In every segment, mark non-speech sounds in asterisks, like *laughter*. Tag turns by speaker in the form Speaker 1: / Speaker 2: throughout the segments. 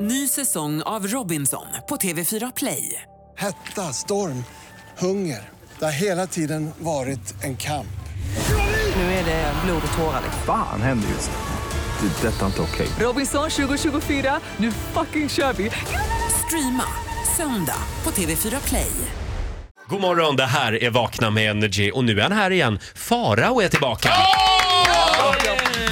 Speaker 1: Ny säsong av Robinson på TV4 Play.
Speaker 2: Hetta, storm, hunger. Det har hela tiden varit en kamp.
Speaker 1: Nu är det blod och tårar. liksom.
Speaker 3: Fan händer just nu. Det. är Detta är inte okej.
Speaker 1: Robinson 2024, nu fucking kör vi! Streama söndag på TV4 Play.
Speaker 4: God morgon, det här är Vakna med Energy och nu är han här igen. Farao är tillbaka.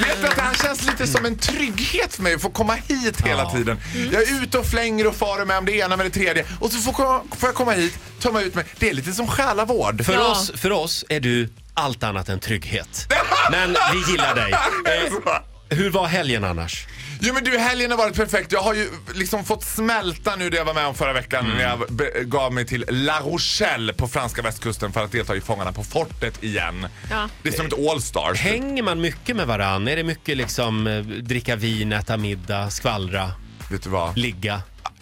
Speaker 5: Vet du att det här känns lite som en trygghet för mig att få komma hit hela tiden. Jag är ute och flänger och far med om det ena med det tredje och så får, komma- får jag komma hit, tömma ut mig. Det är lite som själavård.
Speaker 4: För, oss, för oss är du allt annat än trygghet.
Speaker 5: *laughs*
Speaker 4: Men vi gillar dig. Eh, hur var helgen annars?
Speaker 5: Jo men du, helgen har varit perfekt. Jag har ju liksom fått smälta nu det jag var med om förra veckan när jag be- gav mig till La Rochelle på franska västkusten för att delta i Fångarna på fortet igen. Det är som ett typ. Allstars.
Speaker 4: Hänger man mycket med varann? Är det mycket liksom eh, dricka vin, äta middag, skvallra,
Speaker 5: Vet du vad?
Speaker 4: ligga?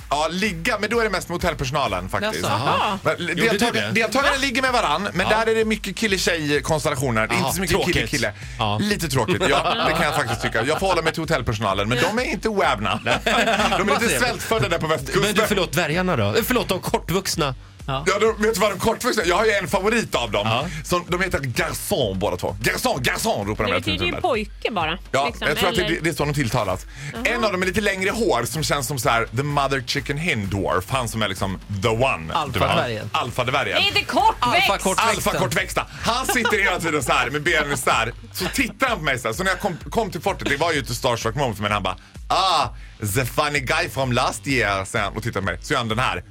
Speaker 5: Ja, ligga, men då är det mest med hotellpersonalen faktiskt.
Speaker 4: Jaså, aha.
Speaker 5: Men
Speaker 4: Gjorde du det?
Speaker 5: Deltagare, deltagarna ligger med varann, men där är det mycket kille-tjej-konstellationer. Det är
Speaker 4: Aha,
Speaker 5: inte så mycket
Speaker 4: tråkigt.
Speaker 5: kille-kille.
Speaker 4: Ja.
Speaker 5: Lite tråkigt, ja, det kan jag faktiskt tycka. Jag får hålla mig till hotellpersonalen, men de är inte oävna. De är
Speaker 4: trevligt.
Speaker 5: lite svältfödda där på
Speaker 4: Men du,
Speaker 5: västkusten.
Speaker 4: förlåt dvärgarna då? Eh, Förlåt, de kortvuxna.
Speaker 5: Ja, de, vet du vad de kortvuxna Jag har ju en favorit av dem.
Speaker 4: Ja.
Speaker 5: Som, de heter Garçon båda två. Garçon, Garçon ropar de
Speaker 6: Det
Speaker 5: hela tiden.
Speaker 6: betyder ju pojke bara.
Speaker 5: Ja,
Speaker 6: liksom,
Speaker 5: jag tror att det,
Speaker 6: eller-
Speaker 5: det är så de tilltalas. En av dem är lite längre hår som känns som så här the mother chicken hen dwarf. Han som är liksom the one.
Speaker 7: Alfadvärgen.
Speaker 5: Du vet. Alfadvärgen.
Speaker 6: Det är inte kortväxt!
Speaker 7: Alfa kort- kortväxta.
Speaker 5: Alfakortväxta. Han sitter hela tiden så här med benen isär. Så tittar han på mig så här. Så när jag kom, kom till fortet, det var ju ett starstruck moment för mig när han bara Ah, the funny guy from last year. säger han och tittar på mig. Så gör han den här.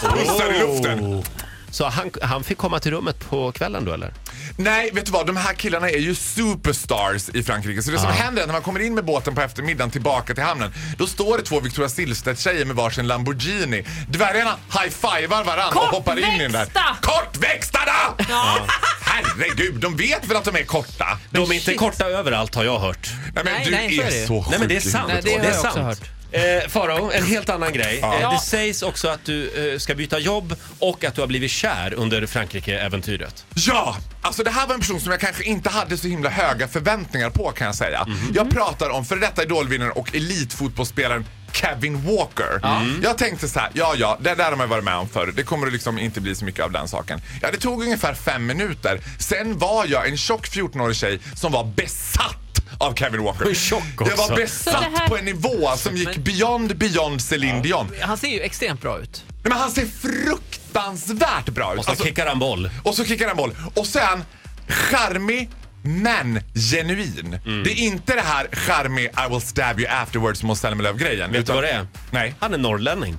Speaker 5: Pussar i luften.
Speaker 4: Oh. Så han, han fick komma till rummet på kvällen då eller?
Speaker 5: Nej, vet du vad? De här killarna är ju superstars i Frankrike. Så det som händer är att när man kommer in med båten på eftermiddagen tillbaka till hamnen, då står det två Victoria Silvstedt-tjejer med varsin Lamborghini. Dvärgarna high-fivar varandra och hoppar in i den där.
Speaker 6: Kortväxta!
Speaker 5: Kortväxtarna! Ja. Herregud, de vet väl att de är korta?
Speaker 4: De är inte korta överallt har jag hört.
Speaker 5: Nej, men
Speaker 7: Nej,
Speaker 5: du
Speaker 7: nej, så
Speaker 5: är,
Speaker 7: är det ju.
Speaker 5: så sjuk.
Speaker 4: Nej men det är
Speaker 5: i
Speaker 4: sant.
Speaker 7: Nej, det har jag också
Speaker 4: Eh, Farao, en helt annan grej. Eh, det sägs också att du eh, ska byta jobb och att du har blivit kär under Frankrike-äventyret.
Speaker 5: Ja! Alltså det här var en person som jag kanske inte hade så himla höga förväntningar på kan jag säga.
Speaker 4: Mhm.
Speaker 5: Jag pratar om före detta idolvinnaren och elitfotbollsspelaren Kevin Walker. Mm. Jag tänkte så här, ja ja, det där har man ju varit med om förr. Det kommer liksom inte bli så mycket av den saken. Ja, det tog ungefär fem minuter. Sen var jag en tjock 14-årig tjej som var besatt av Kevin Walker.
Speaker 4: Tjock
Speaker 5: Jag
Speaker 4: också.
Speaker 5: var
Speaker 6: Så det
Speaker 5: besatt
Speaker 6: här-
Speaker 5: på en nivå som gick beyond, beyond Celine Dion. Nej,
Speaker 7: Han ser ju extremt bra ut.
Speaker 5: men han ser fruktansvärt bra ut.
Speaker 4: Och så
Speaker 5: Alltså,
Speaker 4: kickar han boll.
Speaker 5: och så kickar han boll. Och sen charmig men genuin.
Speaker 4: Mm.
Speaker 5: Det är inte det här charmig I will stab you afterwards mot Selma Lööf-grejen.
Speaker 4: Vet du vad det är?
Speaker 5: Nej.
Speaker 4: Han är norrlänning.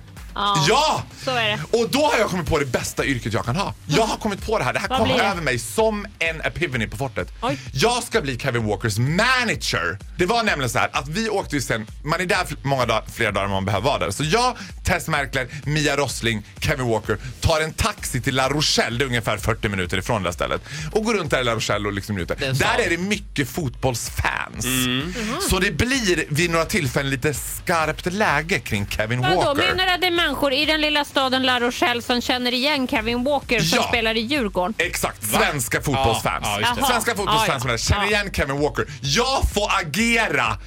Speaker 5: Ja!
Speaker 6: Så är det.
Speaker 5: Och då har jag kommit på det bästa yrket jag kan ha. Jag har kommit på det här. Det här
Speaker 6: Vad
Speaker 5: kom
Speaker 6: blir det?
Speaker 5: över mig som en epiphany på fortet.
Speaker 6: Oj.
Speaker 5: Jag ska bli Kevin Walkers manager. Det var nämligen så här att vi åkte ju sen, man är där fl- många dagar, flera dagar än man behöver vara där. Så jag, Tess Merkler, Mia Rossling, Kevin Walker tar en taxi till La Rochelle, det är ungefär 40 minuter ifrån det här stället. Och går runt där i La Rochelle och liksom njuter.
Speaker 7: Det är så. Mm.
Speaker 5: Där är det mycket fotbollsfans.
Speaker 6: Mm.
Speaker 5: Så det blir vid några tillfällen lite skarpt läge kring Kevin
Speaker 6: Vadå,
Speaker 5: Walker.
Speaker 6: menar du att det är människor i den lilla staden La Rochelle som känner igen Kevin Walker som
Speaker 5: Ja.
Speaker 6: spelar i Djurgården?
Speaker 5: Exakt, svenska fotbollsfans.
Speaker 4: Ja, ja, just
Speaker 6: det.
Speaker 5: svenska
Speaker 6: Jaha.
Speaker 5: fotbollsfans
Speaker 6: Ja, ja.
Speaker 5: som det här. känner igen Kevin Walker. Jag får agera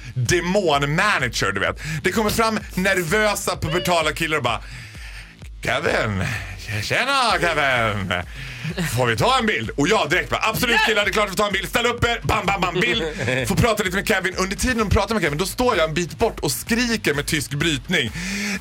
Speaker 5: demonmanager, du vet. Det kommer fram nervösa pubertala killar och bara Kevin, tjena Kevin. Får vi ta en bild? Och jag direkt bara absolut killar det är klart vi tar en bild. Ställ upp er, bam bam bam bild. Får prata lite med Kevin. Under tiden de pratar med Kevin då står jag en bit bort och skriker med tysk brytning.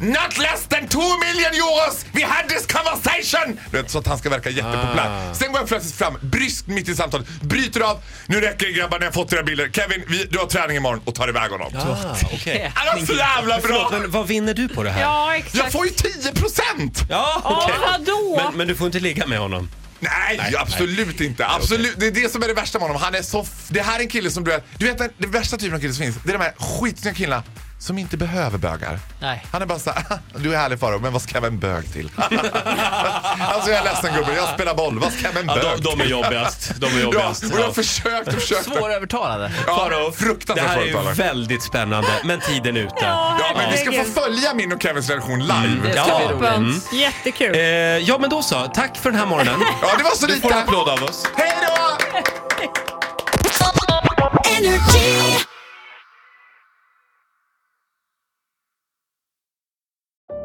Speaker 5: Not less than two million euros! We had this conversation! Du vet, så att han ska verka jättepopulär.
Speaker 4: Ah.
Speaker 5: Sen går jag plötsligt fram, bryskt mitt i samtalet, bryter av. Nu räcker det grabbar, ni har fått era bilder. Kevin, vi, du har träning imorgon och tar iväg honom.
Speaker 4: Ah, *laughs* okej.
Speaker 5: Han var så jävla bra!
Speaker 4: Förlåt, men vad vinner du på det här?
Speaker 6: Ja, exakt.
Speaker 5: Jag får ju 10 procent!
Speaker 4: Ja,
Speaker 6: Ja,
Speaker 4: okej.
Speaker 6: vadå?
Speaker 4: Men, men du får inte ligga med honom.
Speaker 5: Nej,
Speaker 4: Nej,
Speaker 5: absolut inte. Absolut. Det är det som är det värsta med honom. Han är så... f- Det här är en kille som du vet, du vet den, den värsta typen av kille som finns. Det är de här skitsnygga killarna som inte behöver bögar.
Speaker 7: Nej.
Speaker 5: Han är bara såhär, *laughs* du är härlig Farao, men vad ska jag med en
Speaker 7: *laughs*
Speaker 5: bög till? alltså jag är ledsen gubben, jag spelar boll, vad ska jag med en
Speaker 4: Ja,
Speaker 5: bög
Speaker 4: de, de är
Speaker 5: till?
Speaker 4: jobbigast. De är
Speaker 5: Ja,
Speaker 4: jobbigast.
Speaker 5: och jag
Speaker 4: Ja.
Speaker 5: har försökt och försökt.
Speaker 7: Svårövertalade.
Speaker 5: Ja,
Speaker 4: Faro, Det
Speaker 5: fruktansvärt
Speaker 4: här är ju
Speaker 5: svårövertalad.
Speaker 4: väldigt spännande, men tiden är ute.
Speaker 5: Ja, men vi ska få följa min och Kevins relation live.
Speaker 7: Det ska
Speaker 4: Ja.
Speaker 7: bli roligt.
Speaker 6: Jättekul.
Speaker 4: Eh, ja, men då så. Tack för den här morgonen.
Speaker 5: Ja, det var så
Speaker 4: Du får en
Speaker 5: lite.
Speaker 4: applåd av oss.
Speaker 5: Hej då!